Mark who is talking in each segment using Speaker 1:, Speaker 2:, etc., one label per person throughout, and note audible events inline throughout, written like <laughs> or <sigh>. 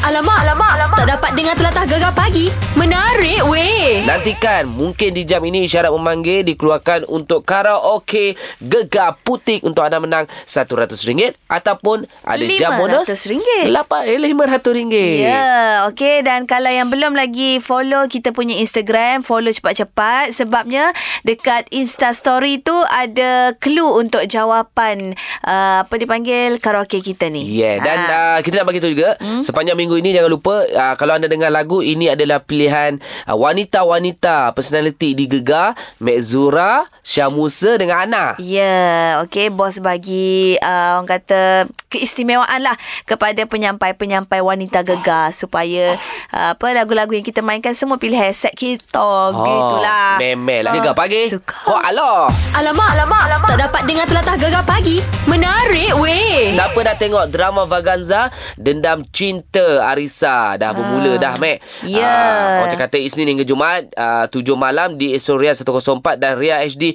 Speaker 1: Alamak, alamak, alamak. Tak dapat dengar telatah gegar pagi. Menarik weh.
Speaker 2: Nantikan mungkin di jam ini syarat memanggil dikeluarkan untuk karaoke gegar putih untuk anda menang RM100 ataupun ada jam bonus
Speaker 3: RM500.
Speaker 2: lapan- eh, RM500.
Speaker 3: Ya, yeah, okey dan kalau yang belum lagi follow kita punya Instagram, follow cepat-cepat sebabnya dekat Insta story tu ada clue untuk jawapan uh, apa dipanggil karaoke kita ni.
Speaker 2: Yeah, dan
Speaker 3: Ah.
Speaker 2: uh, kita nak bagi tahu juga hmm? sepanjang minggu ini jangan lupa uh, kalau anda dengar lagu ini adalah pilihan uh, wanita-wanita personality di Gegar, Mek Zura, Syah Musa dengan Ana.
Speaker 3: Ya, yeah, okey bos bagi uh, orang kata keistimewaan lah kepada penyampai-penyampai wanita gegar supaya uh, apa lagu-lagu yang kita mainkan semua pilih hashtag kita oh, gitulah. Ah,
Speaker 2: Memel lah. Gegar pagi.
Speaker 3: Suka.
Speaker 2: Oh, aloh.
Speaker 1: Alamak, alamak, alamak. Tak dapat dengar telatah gegar pagi. Menarik weh.
Speaker 2: Eh. Siapa dah tengok drama Vaganza Dendam Cinta Arisa Dah bermula dah Mac
Speaker 3: Ya.
Speaker 2: Ah, Orang cakap kata Isnin hingga Jumaat uh, 7 malam di Esoria 104 Dan Ria HD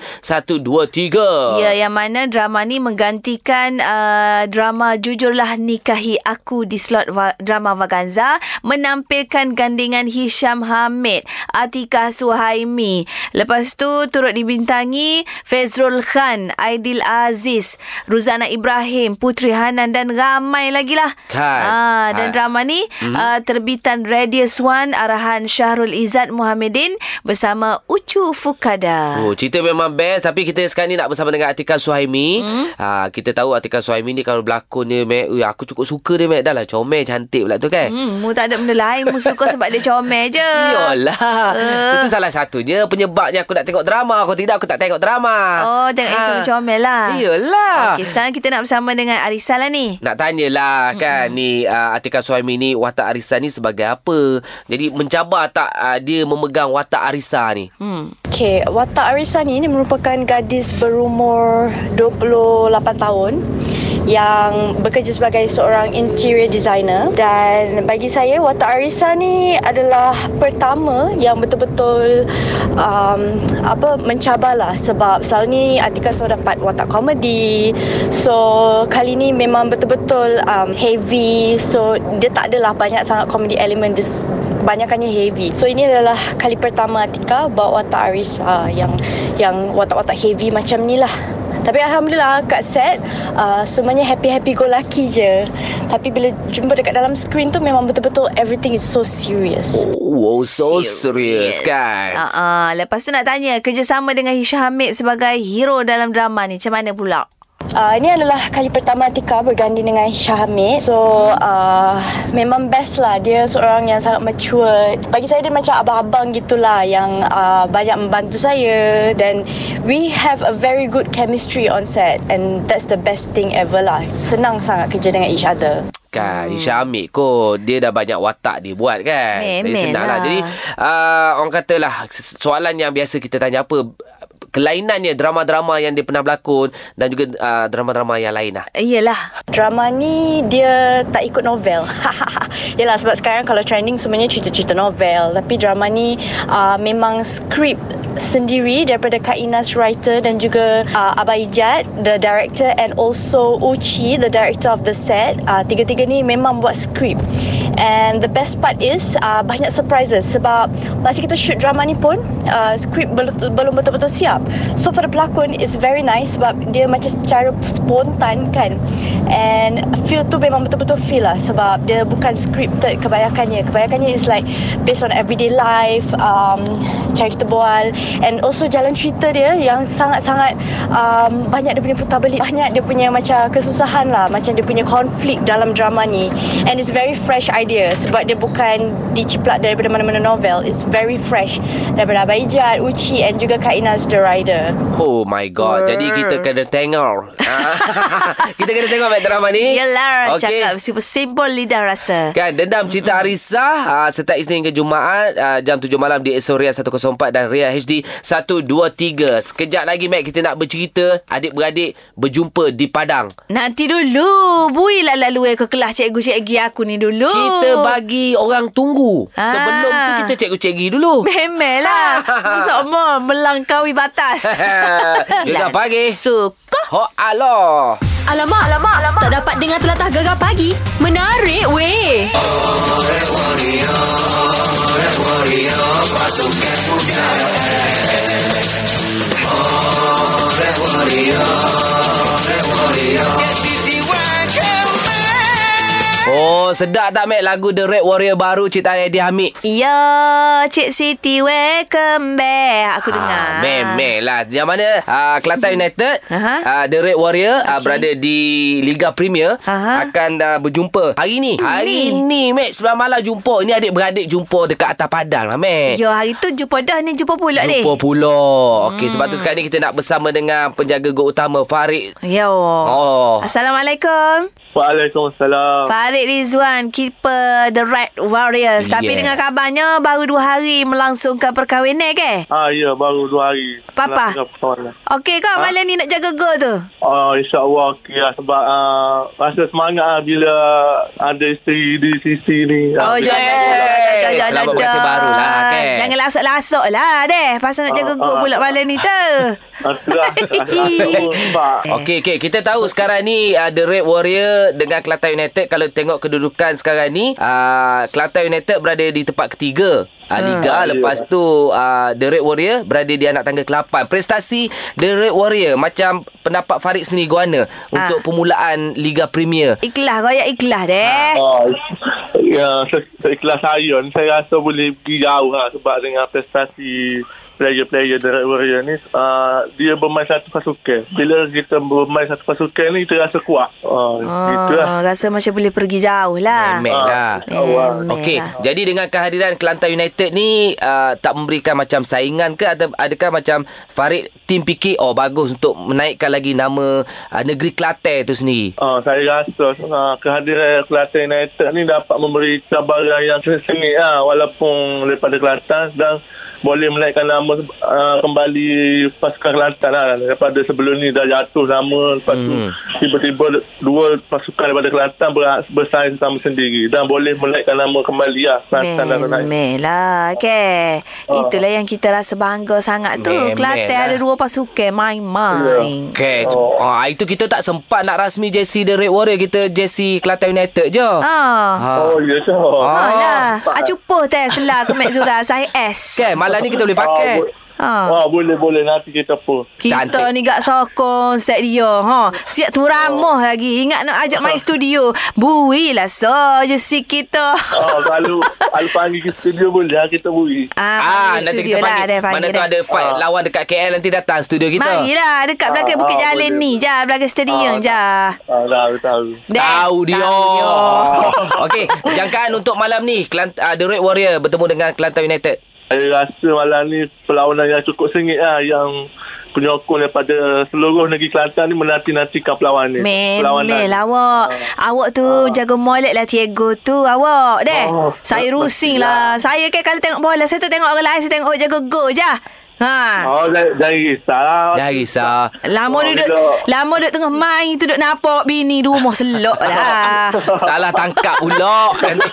Speaker 2: 123
Speaker 3: Ya, yang mana drama ni menggantikan uh, drama Jujurlah Nikahi Aku di slot va- drama Vaganza menampilkan gandingan Hisham Hamid, Atika Suhaimi. Lepas tu turut dibintangi Fezrul Khan, Aidil Aziz, Ruzana Ibrahim, Putri Hanan dan ramai lagi lah.
Speaker 2: Kan.
Speaker 3: Ah,
Speaker 2: Ah.
Speaker 3: dan drama ni mm-hmm. uh, terbitan Radius One arahan Syahrul Izzat Muhammadin bersama Ucu Fukada.
Speaker 2: Oh, cerita memang best tapi kita sekarang ni nak bersama dengan Atika Suhaimi. Hmm? Ha, kita tahu Atika Suhaimi ni kalau berlakon dia Mac, ui, aku cukup suka dia Mac. Dah lah comel cantik pula tu kan. Hmm.
Speaker 3: Hmm, mu tak ada benda lain. Mu suka sebab dia comel je.
Speaker 2: Yolah uh.
Speaker 3: Eh.
Speaker 2: Itu salah satunya Penyebabnya aku nak tengok drama Kalau tidak aku tak tengok drama Ha.
Speaker 3: Oh, tengok yang comel-comel lah.
Speaker 2: Iyalah
Speaker 3: Okey, sekarang kita nak bersama dengan Arisa lah ni.
Speaker 2: Nak tanyalah kan ni uh, Atika Suhaimi ni watak Arisa ni sebagai apa? Jadi mencabar tak uh, dia memegang watak Arisa ni?
Speaker 3: Mm.
Speaker 4: Okay, watak Arisa ni, ni merupakan gadis berumur 28 tahun yang bekerja sebagai seorang interior designer dan bagi saya watak Arisa ni adalah pertama yang betul-betul um, apa mencabarlah sebab selalu ni Atika selalu dapat watak komedi so kali ni memang betul-betul um, heavy so dia tak adalah banyak sangat komedi element dia kebanyakannya heavy. So ini adalah kali pertama Atika bawa watak Arisa yang yang watak-watak heavy macam ni lah. Tapi Alhamdulillah kat set uh, semuanya happy-happy go lucky je. Tapi bila jumpa dekat dalam skrin tu memang betul-betul everything is so serious.
Speaker 2: Oh, oh so serious, serious kan?
Speaker 3: Uh-uh. Lepas tu nak tanya, kerjasama dengan Hisham Hamid sebagai hero dalam drama ni, macam mana pula?
Speaker 4: Uh, ini adalah kali pertama Atika berganding dengan Syah Hamid. So, uh, memang best lah. Dia seorang yang sangat mature. Bagi saya, dia macam abang-abang gitulah yang uh, banyak membantu saya. Dan we have a very good chemistry on set. And that's the best thing ever lah. Senang sangat kerja dengan each other.
Speaker 2: Kan
Speaker 3: mm.
Speaker 2: Isha Amik kot Dia dah banyak watak dia buat kan Jadi
Speaker 3: Memel
Speaker 2: senang lah
Speaker 3: lah.
Speaker 2: Jadi uh, orang katalah se- Soalan yang biasa kita tanya apa Kelainannya drama-drama yang dia pernah berlakon Dan juga uh, drama-drama yang lain lah
Speaker 3: Yelah.
Speaker 4: Drama ni dia tak ikut novel. <laughs> Yalah sebab sekarang kalau trending semuanya cerita-cerita novel. Tapi drama ni uh, memang skrip sendiri daripada Kak Inas writer dan juga uh, Abah Ijat the director and also Uchi the director of the set. Uh, tiga-tiga ni memang buat skrip. And the best part is uh, banyak surprises sebab masa kita shoot drama ni pun uh, skrip bel- belum betul-betul siap. So for the pelakon is very nice sebab dia macam secara spontan kan. And feel tu memang betul-betul feel lah sebab dia bukan scripted kebanyakannya. Kebanyakannya is like based on everyday life, um, cara kita bual and also jalan cerita dia yang sangat-sangat um, banyak dia punya putar belik, banyak dia punya macam kesusahan lah, macam dia punya konflik dalam drama ni. And it's very fresh idea sebab dia bukan diciplak daripada mana-mana novel. It's very fresh daripada Abang Ijat, Uci and juga Kak Inas the Rider.
Speaker 2: Oh my god Jadi kita kena tengok
Speaker 3: <laughs>
Speaker 2: Ah, <laughs> Kita kena tengok baik drama ni
Speaker 3: Yelah,
Speaker 2: Eh. Okey.
Speaker 3: okay. cakap super simple lidah rasa.
Speaker 2: Kan Dendam Cinta Arisa uh, Setiap Isnin hingga Jumaat uh, Jam 7 malam di Esoria 104 Dan Ria HD 123 Sekejap lagi Mac Kita nak bercerita Adik-beradik Berjumpa di Padang
Speaker 3: Nanti dulu, bui lah lalu eh ke kelas cikgu-cikgi aku ni dulu.
Speaker 2: Kita bagi orang tunggu
Speaker 3: Oh. Ah.
Speaker 2: Sebelum tu kita cikgu-cikgi dulu
Speaker 3: Memel
Speaker 2: <laughs>
Speaker 3: lah. Musak mah melangkaui batas. Lah,
Speaker 2: Gegar pagi.
Speaker 3: Suka.
Speaker 2: Ho aloh
Speaker 1: Alamak, alamak, alamak. Tak dapat dengar telatah gegar pagi. Menarik weh.
Speaker 2: Oh, sedap tak, Mac? Lagu The Red Warrior baru ciptaan Eddie Hamid.
Speaker 3: Ya, Cik Siti welcome back.
Speaker 2: Ah,
Speaker 3: Aku dengar.
Speaker 2: Memang lah Yang mana uh, Kelantan United
Speaker 3: Aha.
Speaker 2: uh, The Red Warrior okay. uh, Berada di Liga Premier
Speaker 3: Aha.
Speaker 2: Akan uh, berjumpa Hari ni Hari ni Mac Sebelum malam jumpa Ini adik-beradik jumpa Dekat atas padang lah Mac
Speaker 3: Yo, Ya, hari tu jumpa dah ni jumpa pula ni. Hmm.
Speaker 2: Jumpa pula Okey sebab tu sekarang ni Kita nak bersama dengan Penjaga gol utama Farid
Speaker 3: Yo.
Speaker 2: Oh.
Speaker 3: Ya, Assalamualaikum.
Speaker 5: Waalaikumsalam.
Speaker 3: Farid Rizwan, keeper The Red Warriors. Tapi
Speaker 2: Yeah.
Speaker 3: dengan kabarnya baru dua hari melangsungkan perkahwinan ke?
Speaker 5: Ah ya baru dua hari.
Speaker 3: Papa.
Speaker 5: Tengah persoalan.
Speaker 3: Okey kau ha? malam ni nak jaga gol tu.
Speaker 5: Oh insya-Allah okey lah sebab ah, rasa semangat ah, bila ada isteri di sisi ni. Ah,
Speaker 3: Oh,
Speaker 5: bila-
Speaker 3: jangan.
Speaker 2: Yeay.
Speaker 3: jangan, jangan,
Speaker 2: Selamat berkata
Speaker 3: jangan.
Speaker 2: baru lah, kan?
Speaker 3: Jangan lasuk-lasuk lah deh. Pasal nak jaga
Speaker 5: Ah,
Speaker 3: gol
Speaker 5: ah.
Speaker 3: pula malam ni tu.
Speaker 5: Ah,
Speaker 3: <laughs>
Speaker 5: itulah. Aku sebab
Speaker 2: Okey okey kita tahu sekarang ni uh, The Red Warrior dengan Kelantan United kalau tengok kedudukan sekarang ni uh, Kelantan United berada di tempat ketiga uh, liga
Speaker 5: Ya.
Speaker 2: lepas tu uh, The Red Warrior berada di anak tangga ke-8. Prestasi The Red Warrior macam pendapat Farid sendiri Guana untuk permulaan Liga Premier.
Speaker 3: Ikhlas, royak ikhlas deh.
Speaker 5: Oh, ya, se- seikhlas saya ni saya rasa boleh pergi jauh lah sebab dengan prestasi player-player The Red Warrior ni uh, dia bermain satu pasukan bila kita bermain satu pasukan ni kita rasa kuat uh,
Speaker 3: Oh,
Speaker 5: gitu lah
Speaker 3: Rasa macam boleh pergi jauh lah.
Speaker 2: Memang lah.
Speaker 5: Allah.
Speaker 3: Memang
Speaker 2: Okey,
Speaker 3: lah.
Speaker 2: jadi dengan kehadiran Kelantan United ni uh, tak memberikan macam saingan ke atau adakah macam Farid tim fikir oh bagus untuk menaikkan lagi nama uh, negeri Kelantan tu sendiri?
Speaker 5: Uh, saya rasa uh, kehadiran Kelantan United ni dapat memberi cabaran yang sengit lah, walaupun daripada Kelantan dan boleh menaikkan nama uh, kembali pasukan Kelantan lah. Daripada sebelum ni dah jatuh nama lepas tu
Speaker 2: Hmm.
Speaker 5: tiba-tiba dua pasukan daripada Kelantan ber- bersaing sama sendiri dan boleh menaikkan nama kembali lah Kelantan dan Kelantan.
Speaker 3: Memel lah okay.
Speaker 5: Oh.
Speaker 3: Itulah yang kita rasa bangga sangat tu
Speaker 2: Memel
Speaker 3: Kelantan
Speaker 2: lah.
Speaker 3: ada dua pasukan Main-main
Speaker 2: Okay. Oh.
Speaker 5: Oh.
Speaker 2: Ah, itu kita tak sempat nak rasmi jersey The Red Warrior. Kita jersey Kelantan United je.
Speaker 3: yeah. Ah,
Speaker 2: Ha.
Speaker 5: Oh, ya
Speaker 2: Ah.
Speaker 5: sure. Ah.
Speaker 3: ah lah. Ah, cuba teh selah ke Mek Zura saya S.
Speaker 2: Kan, malam ni kita boleh pakai.
Speaker 5: bo-
Speaker 3: Ah.
Speaker 5: ah, boleh-boleh nanti kita pun.
Speaker 3: Kita
Speaker 2: Cantik.
Speaker 3: ni gak sokong set dia. Ha, siap tu ramah lagi. Ingat nak ajak main studio. Bui lah so je si kita.
Speaker 5: Oh, kalau kalau panggil ke studio boleh lah, kita buri.
Speaker 2: Ah,
Speaker 3: main
Speaker 2: nanti
Speaker 3: studio
Speaker 2: kita
Speaker 3: lah,
Speaker 2: panggil.
Speaker 3: dah,
Speaker 2: mana tu
Speaker 3: dah.
Speaker 2: ada fight
Speaker 5: Ah.
Speaker 2: lawan dekat KL nanti datang studio kita.
Speaker 3: Marilah dekat belakang
Speaker 5: Ah,
Speaker 3: Bukit
Speaker 5: ah,
Speaker 3: Jalil
Speaker 5: boleh.
Speaker 3: ni je, belakang stadium
Speaker 5: Ah,
Speaker 3: je.
Speaker 5: Ah, dah tahu. Ah,
Speaker 3: Dek,
Speaker 2: Tahu dia.
Speaker 3: dia.
Speaker 2: <laughs> Okey, jangkaan untuk malam ni Kelant- uh, The Red Warrior bertemu dengan Kelantan United.
Speaker 5: Saya rasa malam ni perlawanan yang cukup sengit lah yang penyokong daripada seluruh negeri Kelantan ni menanti-nantikan perlawanan Ah. ni.
Speaker 3: Memel lah awak Awak tu jaga molek lah Tiago tu awak deh
Speaker 5: Oh,
Speaker 3: Saya
Speaker 5: tak
Speaker 3: rusing lah
Speaker 5: pastilah.
Speaker 3: Saya kan kalau tengok bola Saya tak tengok orang lain Saya tengok orang jaga go je Ha
Speaker 5: Oh, jangan, jangan kisah lah.
Speaker 2: Jangan
Speaker 3: <laughs>
Speaker 2: risau.
Speaker 3: Lama
Speaker 5: Oh,
Speaker 3: duduk
Speaker 5: bila-
Speaker 3: Lama duduk tengah main tu Duduk nampak bini di rumah
Speaker 5: <laughs>
Speaker 3: selok lah
Speaker 2: Salah tangkap
Speaker 3: <laughs>
Speaker 2: pula nanti.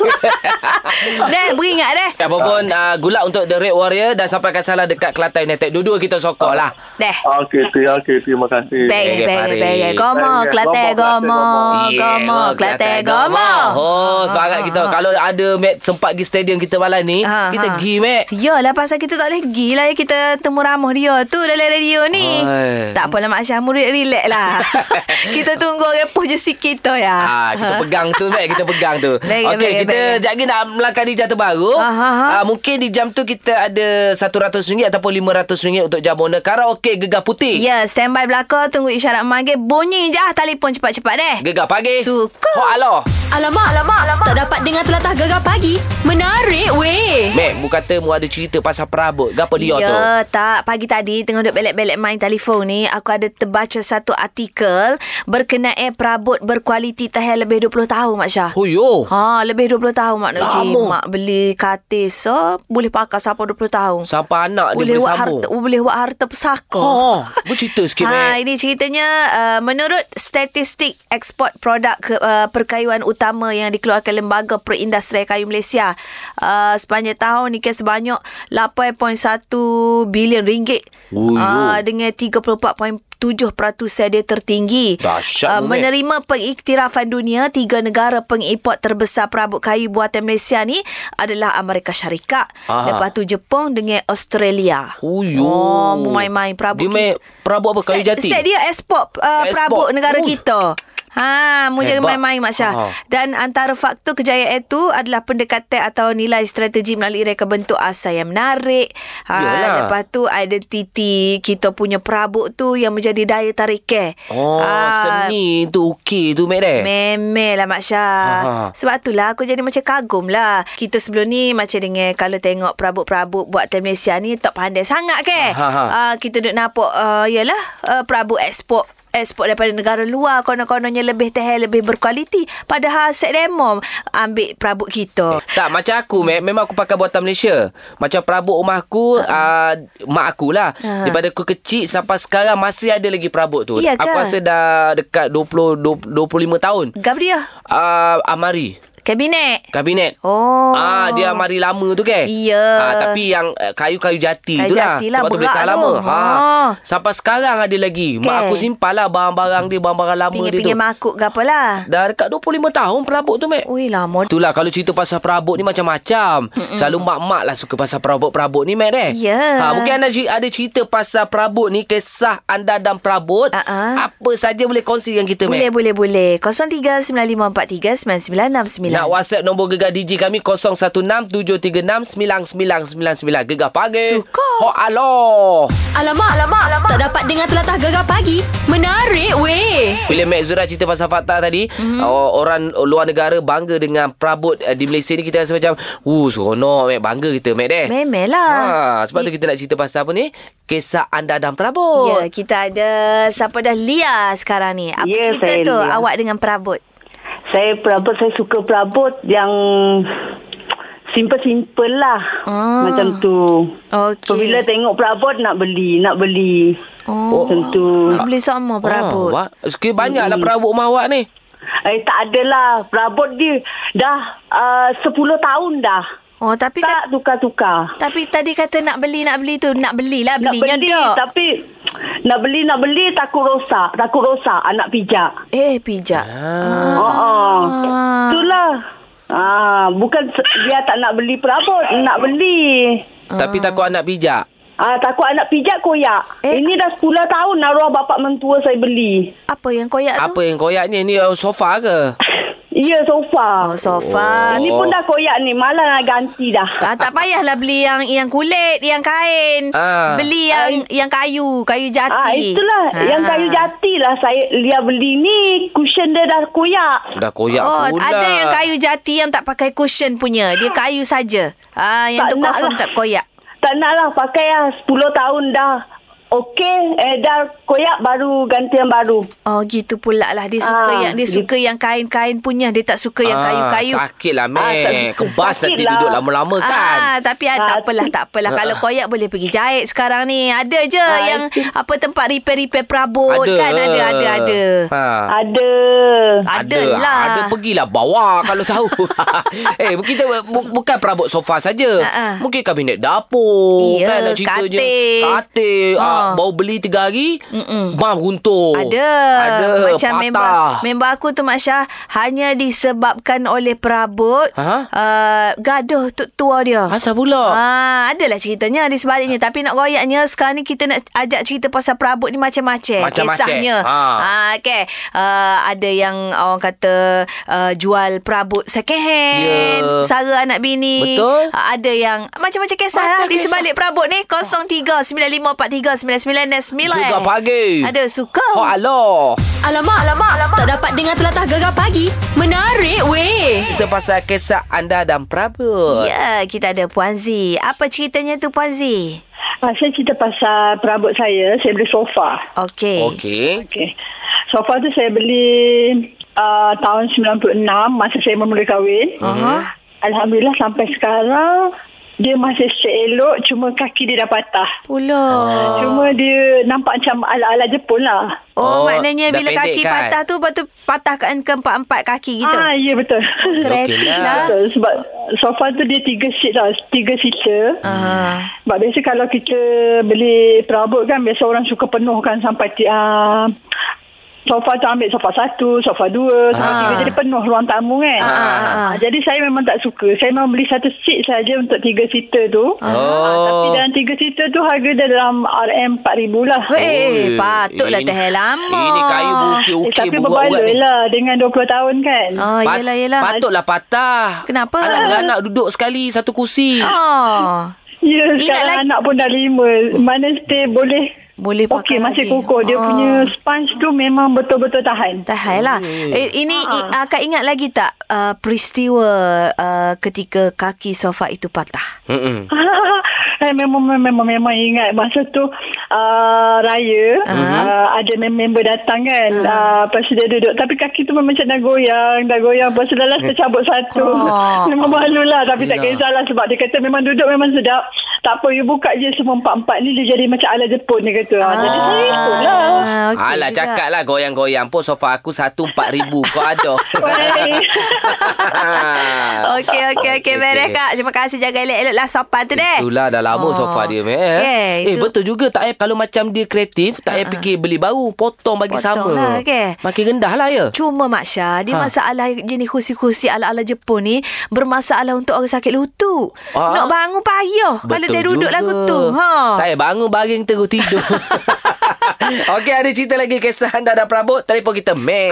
Speaker 3: Deh beringat deh
Speaker 2: Apapun uh, gulak untuk The Red Warrior dan sampaikan salam dekat Kelantan United. Dua-dua kita sokong lah.
Speaker 3: Deh
Speaker 5: Okey, terima, okay, terima kasih.
Speaker 3: Bege,
Speaker 2: Okey,
Speaker 3: bege,
Speaker 2: Farid.
Speaker 3: bege. Gomo,
Speaker 5: Bege.
Speaker 3: kelate, gomo.
Speaker 2: Yeah,
Speaker 3: Gomo, kelate, gomo.
Speaker 2: Gomo. Oh, semangat kita. Kalau ada Mac sempat pergi stadium kita malam ni,
Speaker 3: Ha,
Speaker 2: kita
Speaker 3: ha.
Speaker 2: pergi Mac.
Speaker 3: Yalah pasal kita tak boleh pergi lah ya Kita temu ramah dia tu dalam radio ni
Speaker 2: Oi.
Speaker 3: Tak apalah Mak Syah murid relax lah <laughs> Kita tunggu repoh je sikit tu ya
Speaker 2: Ah, kita pegang tu Mac, kita pegang tu.
Speaker 3: Baik,
Speaker 2: Okey,
Speaker 3: baik,
Speaker 2: kita
Speaker 3: baik.
Speaker 2: sekejap lagi nak melangkah di jam terbaru.
Speaker 3: Ah, ah, ah.
Speaker 2: Ah, mungkin di jam tu kita ada RM100 ataupun RM500 untuk jamona karaoke Gegar Putih.
Speaker 3: Ya standby belakang Tunggu isyarat maghrib Bunyi je ah Telefon cepat-cepat deh
Speaker 2: Gegar pagi.
Speaker 3: Suka.
Speaker 2: Hok aloh.
Speaker 1: Alamak, alamak, alamak. Tak dapat dengar telatah gegar pagi. Menarik weh.
Speaker 2: Mac, mu kata mu ada cerita pasal perabot. Gapo dia tu?
Speaker 3: Ya, tak. Pagi tadi tengah duduk belek-belek main telefon ni, aku ada terbaca satu artikel berkenaan perabot berkualiti tahan lebih 20 tahun, Mak Syah.
Speaker 2: Huyo.
Speaker 3: Ha, lebih 20 tahun Mak Nak Cik.
Speaker 2: Lama.
Speaker 3: Mak beli katil so, boleh pakai sampai 20 tahun.
Speaker 2: Sampai anak dia
Speaker 3: boleh
Speaker 2: boleh
Speaker 3: buat
Speaker 2: sambung.
Speaker 3: harta boleh buat harta pusaka.
Speaker 2: Oh, bercerita sikit,
Speaker 3: Ha,
Speaker 2: Mat.
Speaker 3: ini ceritanya uh, menurut statistik ekspor produk ke, uh, perkayuan utama yang dikeluarkan Lembaga Perindustrian Kayu Malaysia uh, sepanjang tahun ni kan sebanyak 8.1 bilion ringgit.
Speaker 2: Uyuh.
Speaker 3: Ah, dengan 34.7% dia tertinggi.
Speaker 2: Dahsyat,
Speaker 3: Ah,
Speaker 2: Mek.
Speaker 3: menerima pengiktirafan dunia, tiga negara pengimport terbesar perabot kayu buatan Malaysia ni adalah Amerika Syarikat.
Speaker 2: Aha.
Speaker 3: Lepas tu Jepun dengan Australia.
Speaker 2: Uyuh.
Speaker 3: Oh, main-main perabot.
Speaker 2: Dia main perabot apa? Kayu
Speaker 3: Set-
Speaker 2: jati?
Speaker 3: Set dia ekspor
Speaker 2: Ekspor.
Speaker 3: uh, perabot negara
Speaker 2: Ui.
Speaker 3: kita. Ha, mu jangan
Speaker 2: Hebat.
Speaker 3: main-main Mak Syah.
Speaker 2: Ha.
Speaker 3: Dan antara faktor kejayaan itu adalah pendekatan atau nilai strategi melalui reka bentuk asal yang menarik. Ha,
Speaker 2: Yalah.
Speaker 3: lepas tu identiti kita punya perabot tu yang menjadi daya tarik eh.
Speaker 2: Oh,
Speaker 3: Ah,
Speaker 2: seni tu ukir tu, Mek Deh.
Speaker 3: Memel lah Mak Syah
Speaker 2: Kan? Ha.
Speaker 3: Sebab itulah aku jadi macam kagum lah Kita sebelum ni macam dengan Kalau tengok perabot-perabot buatan Malaysia ni Tak pandai sangat ke
Speaker 2: Ha, ha.
Speaker 3: uh, Kita duk nampak uh, Yalah uh, perabot ekspor ekspor daripada negara luar konon-kononnya lebih tehel lebih berkualiti padahal set demo ambil perabot kita
Speaker 2: Tak macam aku Mac, Memang aku pakai buatan Malaysia Macam perabot rumah aku uh,
Speaker 3: Ah.
Speaker 2: Mak aku lah
Speaker 3: Ha.
Speaker 2: Daripada aku kecil Sampai sekarang Masih ada lagi perabot tu
Speaker 3: Iya ke?
Speaker 2: Aku rasa dah Dekat 20, 20 25 tahun
Speaker 3: Gabriel
Speaker 2: uh, Amari
Speaker 3: kabinet
Speaker 2: Kabinet
Speaker 3: oh
Speaker 2: Ah dia amari lama tu kan?
Speaker 3: Iya.
Speaker 2: Ah tapi yang eh, kayu-kayu jati
Speaker 3: Kayu
Speaker 2: tu lah.
Speaker 3: jati lah,
Speaker 2: Sebab tu boleh
Speaker 3: berat
Speaker 2: tahan
Speaker 3: tu.
Speaker 2: lama. Ha.
Speaker 3: Ha.
Speaker 2: Sampai sekarang ada lagi. Mak
Speaker 3: Kan?
Speaker 2: aku simpan lah barang-barang dia, barang-barang lama dia tu.
Speaker 3: pinggir-pinggir makuk ke apalah
Speaker 2: Dah dekat 25 tahun perabot tu, Mek.
Speaker 3: Ui lama
Speaker 2: Itulah kalau cerita pasal perabot ni macam-macam. Mm-mm. Selalu mak-mak lah suka pasal perabot-perabot ni, Mat eh.
Speaker 3: Ya.
Speaker 2: Ha, mungkin anda ci- ada cerita pasal perabot ni, kisah anda dan perabot.
Speaker 3: Ah-ah.
Speaker 2: Apa saja boleh kongsi dengan kita,
Speaker 3: Ah, boleh
Speaker 2: Mat.
Speaker 3: boleh boleh 0395439969
Speaker 2: Nak WhatsApp nombor gegar DJ kami 0167369999. Gegar pagi.
Speaker 3: Suka.
Speaker 2: Hok aloh.
Speaker 1: Alamak, alamak, alamak. Tak dapat dengar telatah gegar pagi. Menarik weh.
Speaker 2: Bila Mek Zura cerita pasal fakta tadi
Speaker 3: Mhm.
Speaker 2: mm-hmm. uh, Orang luar negara bangga dengan perabot uh, di Malaysia ni Kita rasa macam Wuh seronok Mek Bangga kita Mek
Speaker 3: lah.
Speaker 2: deh
Speaker 3: Memelah.
Speaker 2: ha, Sebab tu kita nak cerita pasal apa ni Kisah anda dan
Speaker 6: Oh.
Speaker 2: perabot
Speaker 3: Ya, kita ada siapa dah Lia sekarang ni. Apa
Speaker 6: Ya,
Speaker 3: cerita
Speaker 6: saya
Speaker 3: tu
Speaker 6: Lia.
Speaker 3: awak dengan perabot?
Speaker 6: Saya perabot Saya suka perabot Yang Simple-simple lah
Speaker 3: Ah.
Speaker 6: Macam tu
Speaker 3: Okey.
Speaker 6: So bila tengok perabot Nak beli Nak beli
Speaker 3: Oh,
Speaker 6: Macam tu
Speaker 3: nak beli
Speaker 6: Oh,
Speaker 3: sama perabot.
Speaker 2: ha, Sekiranya banyak lah perabot rumah awak ni
Speaker 6: Eh tak adalah Perabot dia Dah uh, 10 tahun dah
Speaker 3: Oh, tapi kat,
Speaker 6: Tak tukar-tukar
Speaker 3: tapi tadi kata nak beli nak beli tu, nak belilah
Speaker 6: Nak
Speaker 3: belinya
Speaker 6: beli
Speaker 3: dok.
Speaker 6: Tapi Nak beli Nak beli Takut rosak Takut rosak Anak pijak
Speaker 3: Eh, pijak.
Speaker 6: ah. Oh, oh.
Speaker 3: Ah.
Speaker 6: Itulah Ah, bukan se- dia tak nak beli perabot, nak beli.
Speaker 3: Ah.
Speaker 2: Tapi takut anak pijak
Speaker 6: Ah, takut anak pijak koyak.
Speaker 3: Eh.
Speaker 6: Eh. Ini dah 10 tahun arwah bapak mentua saya beli.
Speaker 3: Apa yang koyak
Speaker 2: Apa
Speaker 3: tu?
Speaker 2: yang koyak ni Ni uh, sofa ke
Speaker 6: Ya, sofa.
Speaker 3: Oh, sofa.
Speaker 6: Ini pun dah koyak ni, malah nak ganti dah.
Speaker 3: Ah, tak payahlah beli yang yang kulit, yang kain.
Speaker 2: Ah.
Speaker 3: Beli yang yang kayu, kayu jati.
Speaker 6: Ah, itulah
Speaker 3: Ah.
Speaker 6: yang kayu jati lah saya dia beli ni cushion dia dah koyak.
Speaker 2: Dah koyak
Speaker 3: Oh,
Speaker 2: ya pula
Speaker 3: ada yang kayu jati yang tak pakai cushion punya. Dia kayu saja. Ah, yang
Speaker 6: Tak
Speaker 3: tu
Speaker 6: nak
Speaker 3: confirm
Speaker 6: lah.
Speaker 3: tak koyak.
Speaker 6: Tak nak lah pakai lah 10 tahun dah. Okey, eh, dah koyak baru ganti yang baru.
Speaker 3: Oh gitu pula lah dia suka
Speaker 6: Ah,
Speaker 3: yang dia
Speaker 6: dia-
Speaker 3: suka yang kain-kain punya dia tak suka yang
Speaker 2: Ah,
Speaker 3: kayu-kayu.
Speaker 2: Sakit lah
Speaker 6: Ah,
Speaker 2: Mek
Speaker 6: sakit-
Speaker 2: Kebas
Speaker 6: sakit
Speaker 2: nanti
Speaker 6: lah.
Speaker 2: duduk lama-lama kan
Speaker 3: Ah, tapi ah, tak
Speaker 6: Ah,
Speaker 3: apalah tak
Speaker 2: <laughs>
Speaker 3: apalah kalau koyak boleh pergi jahit sekarang ni. Ada je
Speaker 6: Ah,
Speaker 3: yang apa tempat repair-repair perabot kan ada ada ada.
Speaker 2: ha.
Speaker 6: Ada.
Speaker 3: Ada lah.
Speaker 2: Ada pergilah bawa
Speaker 3: <laughs>
Speaker 2: kalau tahu. <laughs> eh kita bu- bukan perabot sofa saja.
Speaker 3: Ha, ha.
Speaker 2: Mungkin kabinet dapur
Speaker 3: Iya,
Speaker 2: kan nak cerita je.
Speaker 3: katil.
Speaker 2: Katil.
Speaker 3: Ha.
Speaker 2: Ah, baru beli tiga hari, mam runtuh.
Speaker 3: Ada.
Speaker 2: Oh, Ada
Speaker 3: Macam
Speaker 2: patah.
Speaker 3: member, member aku tu Mak Syah hanya disebabkan oleh perabot
Speaker 2: Ha?
Speaker 3: uh, gaduh tu tua dia.
Speaker 2: Asal Ha. pula?
Speaker 3: Ah, adalah ceritanya di sebaliknya tapi nak royaknya sekarang ni kita nak ajak cerita pasal perabot ni macam-macam
Speaker 2: Macam-macam.
Speaker 3: kisahnya.
Speaker 2: Ha.
Speaker 3: ah okey. Uh, ada yang orang kata uh, jual perabot second hand,
Speaker 2: Ya.
Speaker 3: sara anak bini.
Speaker 2: Betul.
Speaker 3: Ah, ada yang macam-macam kisah
Speaker 2: Macam
Speaker 3: lah di
Speaker 2: kisah. Ha.
Speaker 3: sebalik perabot ni 0395439999.
Speaker 2: Gegar pagi.
Speaker 3: eh. Ada suka.
Speaker 2: Oh aloh.
Speaker 1: Alamak, alamak, alamak. Tak dapat dengar telatah gegar pagi. Menarik weh.
Speaker 2: Kita pasal kisah anda dan perabot.
Speaker 3: Ya, kita ada Puan Z. Apa ceritanya tu Puan Z?
Speaker 6: Ah, saya cerita pasal perabot saya, saya beli sofa.
Speaker 3: Okey.
Speaker 2: Okey.
Speaker 6: Okey. Sofa tu saya beli uh, tahun 96 masa saya memula kahwin. Uh-huh. Alhamdulillah sampai sekarang dia masih seelok cuma kaki dia dah patah.
Speaker 2: Ah.
Speaker 3: Pula.
Speaker 6: Oh. Cuma dia nampak macam ala-ala Jepun lah.
Speaker 2: Oh,
Speaker 3: Oh, oh, maknanya
Speaker 2: dah
Speaker 3: bila
Speaker 2: pendek
Speaker 3: kaki
Speaker 2: kan?
Speaker 3: kan? patah tu, lepas tu patahkan ke empat-empat kaki gitu.
Speaker 6: Ah, ya betul.
Speaker 3: Kreatif
Speaker 2: Okey lah.
Speaker 3: lah.
Speaker 6: <laughs> Betul sebab sofa tu dia tiga seat lah, tiga
Speaker 2: ya.
Speaker 6: seater.
Speaker 3: Ah.
Speaker 6: Sebab biasa kalau kita beli perabot kan biasa orang suka penuhkan sampai ti- ah, sofa tu ambil sofa satu, sofa dua, sofa
Speaker 2: Ah.
Speaker 6: tiga jadi penuh ruang tamu kan.
Speaker 3: Ah, ah, ah.
Speaker 6: Ah, Jadi saya memang tak suka. Saya memang beli satu seat saja untuk tiga seater tu. Ah,
Speaker 2: Oh.
Speaker 6: Tapi dalam tiga seater tu harga dia dalam RM4,000 lah.
Speaker 3: Weh, Eh, patutlah
Speaker 2: ini-
Speaker 3: teh lama.
Speaker 2: Ini kayu bukit-ukit
Speaker 6: eh, tapi
Speaker 2: beruat-urat
Speaker 6: berbaloi
Speaker 2: ni.
Speaker 6: lah dengan 20 tahun kan.
Speaker 3: Oh,
Speaker 2: Pat-
Speaker 3: yelah, yelah.
Speaker 2: Patutlah patah.
Speaker 3: Kenapa?
Speaker 2: Anak-anak duduk sekali satu kursi.
Speaker 3: Oh.
Speaker 6: Ya,
Speaker 3: Ingat
Speaker 6: sekarang
Speaker 3: lagi-
Speaker 6: anak pun dah lima. Mana stay boleh
Speaker 3: Boleh pakai
Speaker 6: Okey, masih
Speaker 3: lagi.
Speaker 6: kukuh. Dia
Speaker 3: Ah.
Speaker 6: punya sponge tu memang betul-betul tahan.
Speaker 3: Tahai lah.
Speaker 2: Hmm.
Speaker 3: Eh, ini
Speaker 6: Ah.
Speaker 3: uh, Kak ingat lagi tak uh, peristiwa uh, ketika kaki sofa itu patah?
Speaker 2: Mm-mm.
Speaker 6: <laughs> Eh, memang, memang, memang, memang ingat. Masa tu uh, raya, uh, ada mem- member datang kan. Uh, lepas tu dia duduk. Tapi kaki tu memang macam dah goyang, dah goyang. Lepas tu dah lah tercabut satu.
Speaker 3: Ah.
Speaker 6: <laughs> memang malu lah. Tapi tak
Speaker 2: Yelah.
Speaker 6: kisahlah sebab dia kata memang duduk memang sedap. Tak apa, you buka je semua empat-empat ni dia jadi macam ala Jepun dia kata. Ah. Jadi saya ikut lah.
Speaker 3: Ah, okey
Speaker 2: Alah
Speaker 3: juga.
Speaker 2: cakap lah goyang-goyang pun sofa aku satu empat ribu kau
Speaker 3: <laughs>
Speaker 2: ada.
Speaker 7: <laughs>
Speaker 2: Ah.
Speaker 3: Okey, okey, okey. Merah, Kak. Terima kasih jaga elok-elok lah sopan tu deh.
Speaker 2: Itulah dah lama
Speaker 3: Oh.
Speaker 2: oh. sofa dia meh.
Speaker 3: Okey,
Speaker 2: eh
Speaker 3: itu-
Speaker 2: betul juga tak payah kalau macam dia kreatif tak payah fikir beli baru potong bagi sama.
Speaker 3: Potong lah, okey.
Speaker 2: Makin rendah lah ya.
Speaker 3: Cuma Mak Syah, dia
Speaker 2: Ha.
Speaker 3: ha. masalah jenis kursi-kursi ala-ala Jepun ni bermasalah untuk orang sakit lutut.
Speaker 2: Ah.
Speaker 3: Nak bangun payah kalau dia duduk lagu tu. Ha.
Speaker 2: Tak payah bangun baring terus tidur. <laughs> Okey ada cerita lagi kisah anda dan perabot telefon kita meh.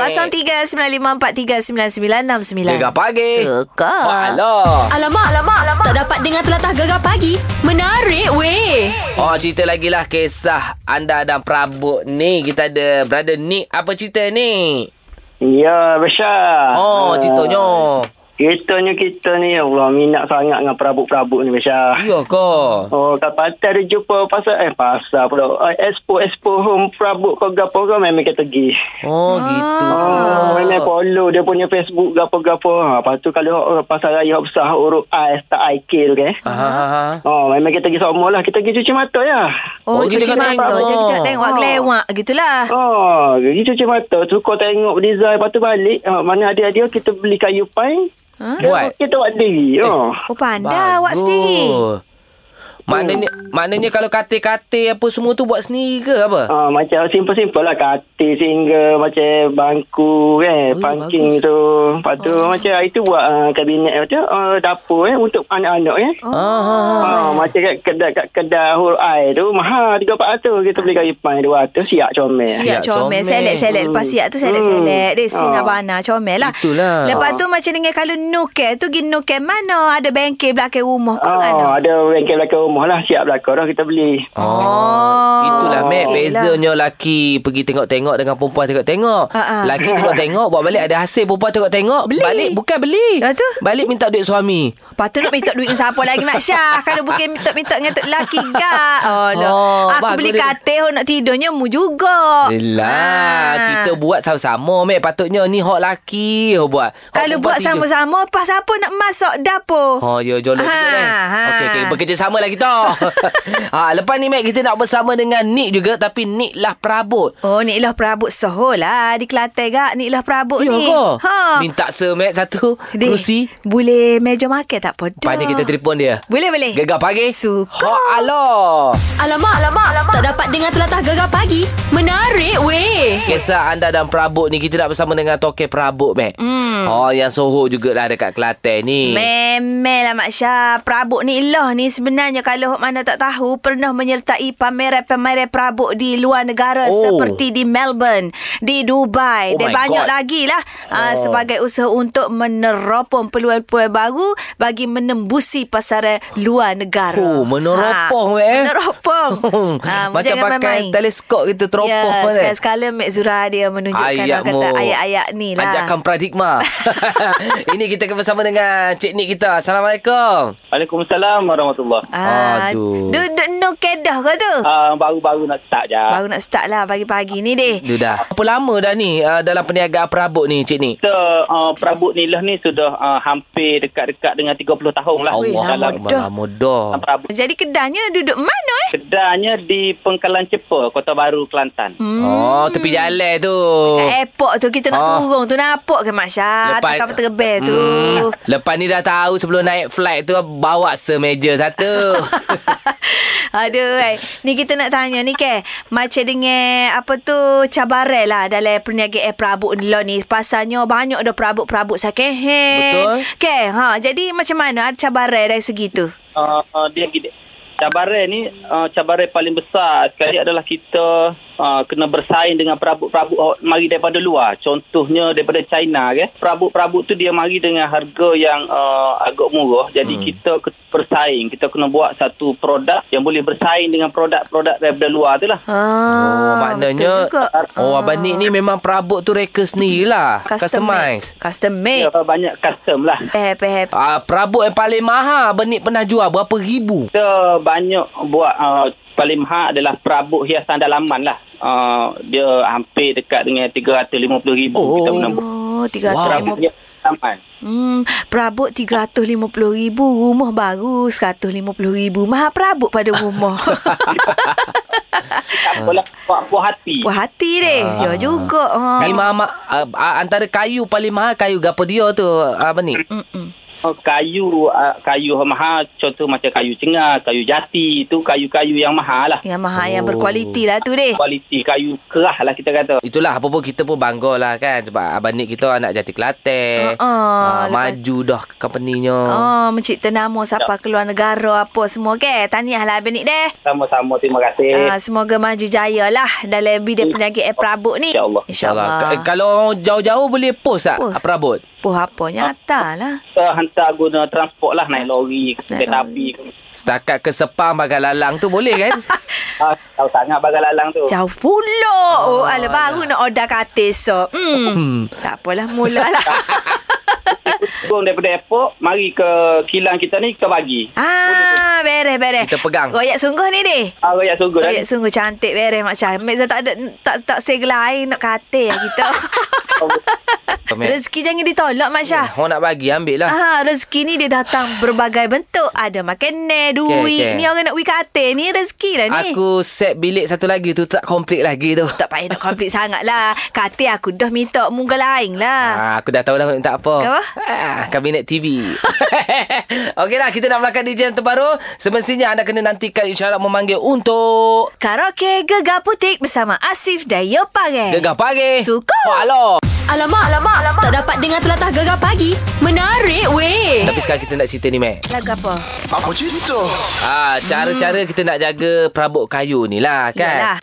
Speaker 3: 0395439969.
Speaker 2: Gegar pagi.
Speaker 3: Suka.
Speaker 2: Alah.
Speaker 1: Alamak, alamak, alamak. Tak dapat dengar telatah gegar pagi. Menarik weh.
Speaker 2: Oh cerita lagi lah kisah anda dan perabot ni kita ada brother Nick apa cerita ni?
Speaker 7: Ya, Besar.
Speaker 2: Oh ceritanya.
Speaker 7: Kitanya kita ni, ya Allah, minat sangat dengan perabot-perabot ni, Besar.
Speaker 2: Ya kau.
Speaker 7: Oh, kat pantai ada jumpa pasar, eh pasar pula. Uh, expo, expo home perabot kau gapo kau memang kita pergi.
Speaker 2: Oh
Speaker 3: Ah.
Speaker 2: gitu.
Speaker 7: Oh, memang
Speaker 2: Ah.
Speaker 7: follow dia punya Facebook gapo-gapo. Ha, lepas tu kalau hok- hok pasar raya hok besar hok urut AS tak IK tu ke.
Speaker 2: Ah.
Speaker 7: Oh, memang kita pergi semua lah. Kita pergi cuci mata ya.
Speaker 2: Oh,
Speaker 3: Oh,
Speaker 2: dia
Speaker 3: cuci
Speaker 2: tengok
Speaker 3: mata.
Speaker 2: tengok. Oh.
Speaker 3: Jadi kita tengok
Speaker 7: Ah.
Speaker 3: lewak gitulah.
Speaker 7: Oh, pergi cuci mata. Suka tengok design. Lepas tu balik. Ha, mana hadiah-hadiah kita beli kayu pine.
Speaker 3: Ha?
Speaker 2: Buat. Eh.
Speaker 7: Kita buat diri. Oh.
Speaker 3: Oh, pandai awak
Speaker 2: Bagus.
Speaker 3: sendiri.
Speaker 2: Maknanya maknanya kalau katil-katil apa semua tu buat sendiri ke apa?
Speaker 7: Ah, macam simple-simple lah katil single macam bangku
Speaker 2: Oh,
Speaker 7: kan oh, pancing tu lepas tu oh. macam itu buat uh, kabinet tu uh, dapur eh untuk anak-anak eh
Speaker 3: Oh.
Speaker 2: Ah. ah, ah.
Speaker 7: Ah, macam kat kedai kat kedai hurai tu mahal 300 kita beli kayu pan 200 siap comel.
Speaker 2: Siap
Speaker 3: Siap comel
Speaker 2: comel. Hmm.
Speaker 3: Selek-selek Lepas siap tu selek-selek Dia sin
Speaker 7: Ah.
Speaker 3: abana Comel lah
Speaker 2: Itulah.
Speaker 3: Lepas tu macam dengan Kalau nuker tu Pergi nuker mana Ada bengkel belakang rumah Kau
Speaker 6: Ah.
Speaker 3: kan
Speaker 7: Oh, ada bengkel belakang rumah lah siap belakang dah kita beli.
Speaker 2: Oh, Ah. itulah Mac
Speaker 3: okey lah.
Speaker 2: bezanya lelaki pergi tengok-tengok dengan perempuan tengok-tengok.
Speaker 3: Ha, ha.
Speaker 2: Lelaki tengok-tengok buat balik ada hasil perempuan tengok-tengok
Speaker 3: Beli.
Speaker 2: balik bukan beli.
Speaker 3: Lepas tu?
Speaker 2: Balik minta duit suami.
Speaker 3: Lepas tu nak minta duit dengan siapa lagi Mak
Speaker 2: <laughs>
Speaker 3: Syah Kalau bukan minta-minta dengan tu lelaki gak Oh,
Speaker 2: Oh,
Speaker 3: oh Aku
Speaker 2: bagus
Speaker 3: beli
Speaker 2: dia.
Speaker 3: katil Nak tidurnya mu juga
Speaker 2: Yelah,
Speaker 3: Oh. Ah.
Speaker 2: kita buat sama-sama Mac. Patutnya ni hak lelaki yang buat. Hak
Speaker 3: Kalau
Speaker 2: perempuan
Speaker 3: buat
Speaker 2: tiga.
Speaker 3: sama-sama Pas apa nak masuk dapur
Speaker 2: Oh, ya jolok
Speaker 3: Ha,
Speaker 2: juga kan.
Speaker 3: ha.
Speaker 2: Okey, okey, bekerjasama lah kita.
Speaker 3: <laughs>
Speaker 2: ha, lepas ni Mac kita nak bersama dengan Nick juga tapi Nick lah perabot.
Speaker 3: Oh, ni lah perabot soho lah Di Kelantan gak Ni lah perabot
Speaker 2: Ya
Speaker 3: ni
Speaker 2: ke?
Speaker 3: Ha.
Speaker 2: Minta se Mac satu
Speaker 3: Deh,
Speaker 2: kerusi.
Speaker 3: Boleh meja makan tak apa dah.
Speaker 2: Lepas ni kita telefon dia.
Speaker 3: Boleh boleh
Speaker 2: Gegar pagi.
Speaker 3: Eh, Suka.
Speaker 2: Hot aloh.
Speaker 1: Alamak, alamak, alamak. Tak dapat dengar telatah gegar pagi. Menarik weh.
Speaker 2: Kisah anda dan perabot ni Kita nak bersama dengan Toke Perabot, Mac
Speaker 3: Hmm.
Speaker 2: mm. Oh, yang Soho jugalah dekat Kelantan ni
Speaker 3: Memelah Mak Syah Perabot ni lah ni sebenarnya Kalau hok mana tak tahu Pernah menyertai pameran-pameran perabot Di luar negara
Speaker 2: Oh.
Speaker 3: Seperti di Melbourne Di Dubai
Speaker 2: Oh
Speaker 3: Dan
Speaker 2: my
Speaker 3: banyak
Speaker 2: God.
Speaker 3: lagi lah oh. Sebagai usaha untuk meneropong peluang-peluang baru Bagi menembusi pasaran luar negara
Speaker 2: Oh, meneropong,
Speaker 3: Ha,
Speaker 2: Mak, eh? <laughs>
Speaker 3: Meneropong
Speaker 2: Ha,
Speaker 3: Ah,
Speaker 2: Macam
Speaker 3: jangan
Speaker 2: pakai
Speaker 3: main-main.
Speaker 2: teleskop kita teropong kan?
Speaker 3: Ya,
Speaker 2: Mac.
Speaker 3: sekala-sekala Mek Zura dia menunjukkan orang
Speaker 2: mu.
Speaker 3: kata ayat-ayat ni lah.
Speaker 2: Ajakkan
Speaker 3: <laughs>
Speaker 2: paradigma <laughs> Ini kita akan bersama dengan Cik Nik kita Assalamualaikum
Speaker 7: Waalaikumsalam warahmatullahi.
Speaker 3: Ah,
Speaker 2: Aduh.
Speaker 3: Duduk no kedah ke tu?
Speaker 8: Ah, baru-baru nak start je.
Speaker 2: Ah.
Speaker 3: Baru nak start lah pagi-pagi ni deh.
Speaker 2: Dia dah. Berapa lama dah ni uh, dalam perniagaan perabot ni Cik ni?
Speaker 8: Kita uh, perabot ni lah ni sudah uh, hampir dekat-dekat dengan 30 tahun lah.
Speaker 2: Allah
Speaker 8: Dalam
Speaker 2: Akbar, lama dah.
Speaker 8: dalam perabot.
Speaker 3: Jadi kedahnya duduk mana eh?
Speaker 8: Kedainya di Pengkalan Cepa, Kota Baru, Kelantan.
Speaker 3: Hmm.
Speaker 2: Oh, tepi jalan tu.
Speaker 3: Kat airport tu kita nak
Speaker 2: Oh. Ah.
Speaker 3: turun tu nampak ke Masya? Lepas, kapal terbang tu.
Speaker 2: Hmm. Lepas ni dah tahu sebelum naik flight tu bawa semeja satu.
Speaker 3: <laughs> <laughs>
Speaker 2: Oh,
Speaker 3: Aduh eh. Ni kita nak tanya ni ke Macam dengan Apa tu Cabaran lah Dalam perniagaan air perabot ni lah ni Pasalnya banyak dah perabot-perabot sakit
Speaker 2: Betul.
Speaker 3: Ke ha, Jadi macam mana Ada cabaran dari segi tu
Speaker 8: uh, uh, dia gini. Cabaran ni uh, cabaran paling besar sekali adalah kita uh, kena bersaing dengan perabot-perabot awak mari daripada luar. Contohnya daripada China ke. Perabot-perabot tu dia mari dengan harga yang uh, agak murah. Jadi hmm. kita ke- bersaing. Kita kena buat satu produk yang boleh bersaing dengan produk-produk daripada luar tu lah.
Speaker 3: ha,
Speaker 2: oh, maknanya
Speaker 3: betul juga. Ah.
Speaker 2: Oh, Abang Nik ni memang perabot tu reka sendirilah.
Speaker 3: Custom
Speaker 2: Customize.
Speaker 3: made. Custom
Speaker 8: Ya,
Speaker 3: made
Speaker 8: banyak custom lah.
Speaker 3: Eh, eh,
Speaker 2: Ah, perabot yang paling mahal Abang Nik pernah jual berapa ribu?
Speaker 8: Kita banyak buat uh, paling mahal adalah perabot hiasan dalaman lah. Uh, dia hampir dekat dengan 350,000
Speaker 2: Oh.
Speaker 8: kita pernah buat.
Speaker 3: Oh, 350
Speaker 8: Perabot hiasan dalaman.
Speaker 3: Hmm, perabot RM350,000 Rumah baru RM150,000 Mahal perabot pada rumah
Speaker 8: Tak apalah buat puas hati.
Speaker 3: Hmm. Puas hati deh Ya juga ha.
Speaker 2: Ni mama uh, uh, antara kayu paling mahal kayu gapo dia tu Abang Nik?
Speaker 3: Mm-mm.
Speaker 8: Oh, Kayu ah, kayu mahal contoh macam kayu cengar, kayu jati tu kayu-kayu yang mahal lah.
Speaker 3: Yang mahal oh. yang
Speaker 2: Oh.
Speaker 3: berkualiti lah tu deh
Speaker 8: Kualiti kayu kerah lah kita kata.
Speaker 2: Itulah apa pun kita pun bangga lah kan Sebab Abang Nik kita anak jati Kelantan
Speaker 3: Ha, ha,
Speaker 2: Ah,
Speaker 3: lepas-
Speaker 2: Maju dah company-nya
Speaker 3: Oh, mencipta nama siapa keluar negara apa semua ke. Tahniah lah Abang Nik deh.
Speaker 8: Sama-sama terima
Speaker 3: Uh,
Speaker 6: Eh.
Speaker 8: kasih.
Speaker 3: semoga maju jaya lah dalam bidang perniagaan air perabot ni.
Speaker 6: Ya.
Speaker 8: InsyaAllah.
Speaker 2: InsyaAllah. Ka-
Speaker 3: InsyaAllah.
Speaker 2: Kalau orang jauh-jauh boleh post tak
Speaker 3: Post.
Speaker 2: post. perabot?
Speaker 3: Puh apa nyata lah.
Speaker 8: Kita hantar guna transport lah naik lori,
Speaker 3: Naik
Speaker 8: kereta
Speaker 3: lori.
Speaker 8: api.
Speaker 2: Setakat ke Sepang bagai lalang tu boleh
Speaker 3: <laughs>
Speaker 2: kan?
Speaker 8: Ah, tahu sangat bagai lalang tu.
Speaker 3: Jauh pula. Oh, ala baru nak order katil so. Hmm. tak apalah mula lah.
Speaker 8: Turun daripada airport, mari ke kilang kita ni kita bagi.
Speaker 3: ah, beres beres.
Speaker 2: Kita pegang. eh?
Speaker 3: Royak sungguh ni deh.
Speaker 8: Ah, royak sungguh dah.
Speaker 3: Royak sungguh cantik beres mak Syah. Mek Zah tak ada tak tak segel lain nak katil lah kita.
Speaker 2: <laughs> Rezeki.
Speaker 3: Rezeki jangan ditolak Mak Syah.
Speaker 2: Orang nak bagi ambil lah.
Speaker 3: Ah, rezeki ni dia datang berbagai bentuk. Ada makanan, duit.
Speaker 2: Okey, okey.
Speaker 3: Ni orang nak wikate ni rezeki lah ni.
Speaker 2: Aku set bilik satu lagi tu tak komplit lagi tu.
Speaker 3: tak payah nak komplit sangat lah. Kata aku dah minta muka lain lah.
Speaker 2: Ah, aku dah tahu dah nak minta apa.
Speaker 3: Apa?
Speaker 2: Ah, kabinet TV. <laughs> Okeylah, kita nak melakukan DJ yang terbaru. Semestinya anda kena nantikan isyarat memanggil untuk
Speaker 3: Karaoke Gegar Putik bersama Asif dan Yoparel.
Speaker 2: Gegar Pagi.
Speaker 3: Eh. Suka.
Speaker 2: Oh, alo.
Speaker 1: Alamak, alamak, alamak. Tak dapat dengar telatah gegar pagi. Menarik weh.
Speaker 2: Tapi sekarang kita nak cerita ni, Mac.
Speaker 3: Lagu apa?
Speaker 9: Apa cerita?
Speaker 2: Ah, cara-cara kita nak jaga perabot kayu ni lah kan.
Speaker 3: Yalah.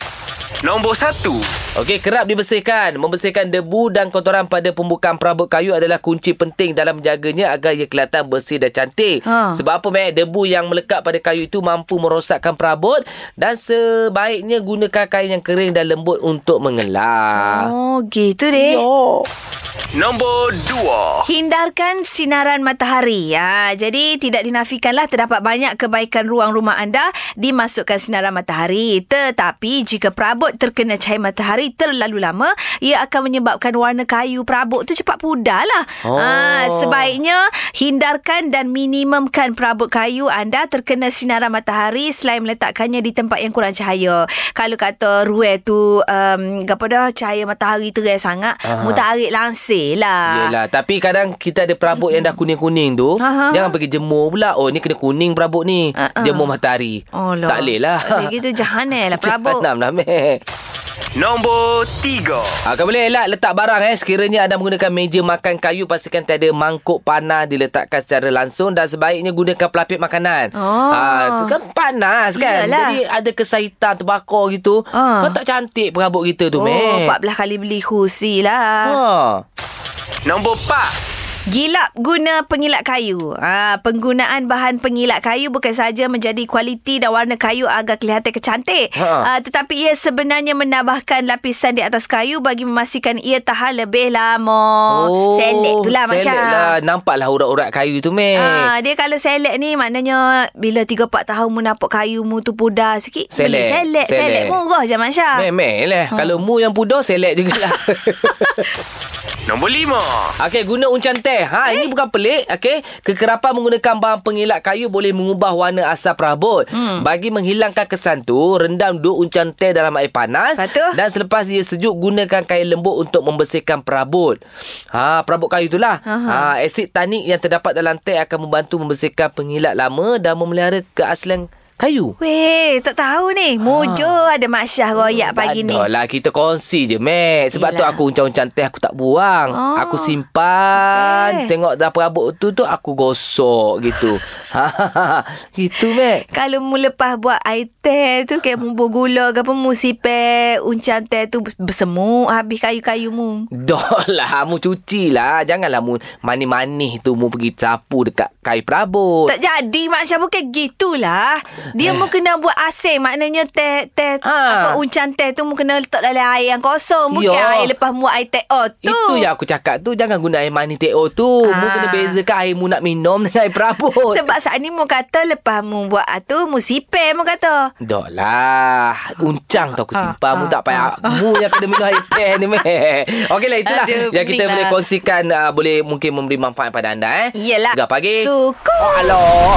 Speaker 9: Nombor satu.
Speaker 2: Okey, kerap dibersihkan. Membersihkan debu dan kotoran pada pembukaan perabot kayu adalah kunci penting dalam menjaganya agar ia kelihatan bersih dan cantik.
Speaker 3: Ha.
Speaker 2: Sebab apa, Mac? Debu yang melekat pada kayu itu mampu merosakkan perabot dan sebaiknya gunakan kain yang kering dan lembut untuk mengelak.
Speaker 3: Oh, gitu deh.
Speaker 9: Nombor dua.
Speaker 3: Hindarkan sinaran matahari. Ha, jadi tidak dinafikanlah terdapat banyak kebaikan ruang rumah anda dimasukkan sinaran matahari. Tetapi jika perabot terkena cahaya matahari terlalu lama, ia akan menyebabkan warna kayu perabot tu cepat pudar lah.
Speaker 2: Oh.
Speaker 3: Ha, sebaiknya hindarkan dan minimumkan perabot kayu anda terkena sinaran matahari selain meletakkannya di tempat yang kurang cahaya. Kalau kata ruai tu um, apa dah cahaya matahari terang sangat,
Speaker 2: Aha.
Speaker 3: mutarik langsir lah.
Speaker 2: Yelah, tapi kadang kita ada perabot yang dah kuning-kuning tu,
Speaker 3: Aha.
Speaker 2: jangan pergi jemur pula. Oh, ni kena kuning perabot ni.
Speaker 3: Ah, ah.
Speaker 2: Jemur matahari.
Speaker 3: Oh, lah.
Speaker 2: Tak boleh lah.
Speaker 3: Lagi tu
Speaker 2: <laughs>
Speaker 3: jahanam lah perabot.
Speaker 2: Jahanam lah, Mac.
Speaker 9: Nombor tiga.
Speaker 2: Ah, kalau boleh elak letak barang eh sekiranya anda menggunakan meja makan kayu pastikan tiada mangkuk panah diletakkan secara langsung dan sebaiknya gunakan pelapik makanan.
Speaker 3: Oh.
Speaker 2: Ah, tu kan panas kan.
Speaker 3: Iyalah.
Speaker 2: Jadi ada kesahitan terbakar gitu.
Speaker 3: Ah.
Speaker 2: Kau tak cantik perabot kita tu,
Speaker 3: Oh,
Speaker 2: meh.
Speaker 3: 14 kali beli kursi lah.
Speaker 2: Ha.
Speaker 9: Nombor empat.
Speaker 3: Gilap guna pengilat kayu. Ha, penggunaan bahan pengilat kayu bukan saja menjadi kualiti dan warna kayu agar kelihatan kecantik.
Speaker 2: Ha.
Speaker 3: Ha. tetapi ia sebenarnya menambahkan lapisan di atas kayu bagi memastikan ia tahan lebih lama. selek tu lah
Speaker 2: Oh,
Speaker 3: Masya.
Speaker 2: Selek lah. Nampaklah urat-urat kayu tu, Mek.
Speaker 3: Ha, dia kalau selek ni maknanya bila 3 4 tahun mu nampak kayu mu tu pudar sikit.
Speaker 2: Selek,
Speaker 3: Beli selek, selek,
Speaker 2: selek.
Speaker 3: selek murah je Masya. Ha.
Speaker 2: Memel lah. Hmm. Kalau mu yang pudar, selek jugalah.
Speaker 9: <laughs> Nombor lima.
Speaker 2: Okey, guna uncan teh. Ha,
Speaker 3: Eh?
Speaker 2: ini bukan pelik. Okey, kekerapan menggunakan bahan pengilat kayu boleh mengubah warna asap perabot. Hmm. Bagi menghilangkan kesan tu, rendam dua uncan teh dalam air panas.
Speaker 3: Lepas tu?
Speaker 2: Dan selepas ia sejuk, gunakan kain lembut untuk membersihkan perabot. Ha, perabot kayu itulah. Ha, asid tanik yang terdapat dalam teh akan membantu membersihkan pengilat lama dan memelihara keaslian kayu.
Speaker 3: Weh, tak tahu ni. Mojo
Speaker 2: Ah.
Speaker 3: ada Mak Syah royak pagi ni.
Speaker 2: Tak adalah kita kongsi je Mac Sebab tu
Speaker 3: Yelah.
Speaker 2: aku uncan-uncan teh aku tak buang oh,
Speaker 3: Oh,
Speaker 2: Aku simpan
Speaker 3: sampai.
Speaker 2: Tengok dah perabot tu tu aku gosok gitu Ha, Gitu Mac
Speaker 3: Kalau mu lepas buat air teh tu Kayak mu buat gula ke apa Mu sipir uncan teh tu Bersemuk habis kayu-kayu mu
Speaker 2: Dah lah Mu cuci lah Janganlah mu manis-manis tu Mu pergi sapu dekat kayu perabot
Speaker 3: Tak jadi Mak Syah bukan gitulah Dia mu kena buat asin Maknanya teh teh
Speaker 2: Ah.
Speaker 3: Apa uncan teh tu Mu kena letak dalam air yang kosong Bukan
Speaker 2: Yo.
Speaker 3: air lepas mu buat air teh Oh tu
Speaker 2: Itu ya yang aku cakap tu Jangan guna air manis teh tu Mu
Speaker 3: Ah.
Speaker 2: kena bezakan air mu nak minum dengan air perabot
Speaker 3: Sebab saat ni mu kata Lepas mu buat ah, tu Mu sipir mu kata
Speaker 2: Dah lah Uncang tu aku
Speaker 3: Ah,
Speaker 2: simpan Mu
Speaker 3: ah,
Speaker 2: tak payah Mu yang kena minum air teh ni meh Okey lah itulah
Speaker 3: Aduh,
Speaker 2: Yang kita
Speaker 3: pening
Speaker 2: boleh
Speaker 3: lah.
Speaker 2: kongsikan uh, Boleh mungkin memberi manfaat pada anda eh
Speaker 3: Yelah
Speaker 2: Gegar pagi
Speaker 3: Suku
Speaker 2: Oh aloh